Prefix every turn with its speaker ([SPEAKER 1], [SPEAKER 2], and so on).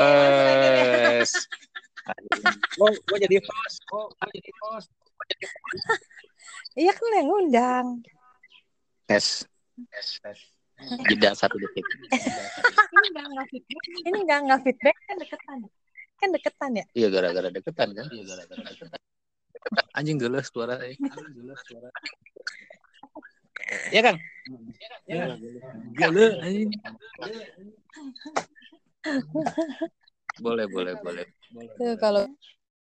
[SPEAKER 1] Tes. Gue gue jadi host. Gue gue jadi host.
[SPEAKER 2] Iya kan yang ngundang.
[SPEAKER 1] Tes. Tes. Tes. Jeda satu detik.
[SPEAKER 2] Ini nggak nggak feedback. Ini nggak nggak feedback kan deketan. Kan deketan ya.
[SPEAKER 1] Iya gara-gara deketan kan. Iya gara-gara deketan. Anjing gelas suara saya. Anjing gelas suara. Iya Kang. Iya Kang. Gelas anjing. Boleh, boleh, boleh.
[SPEAKER 2] Tuh kalau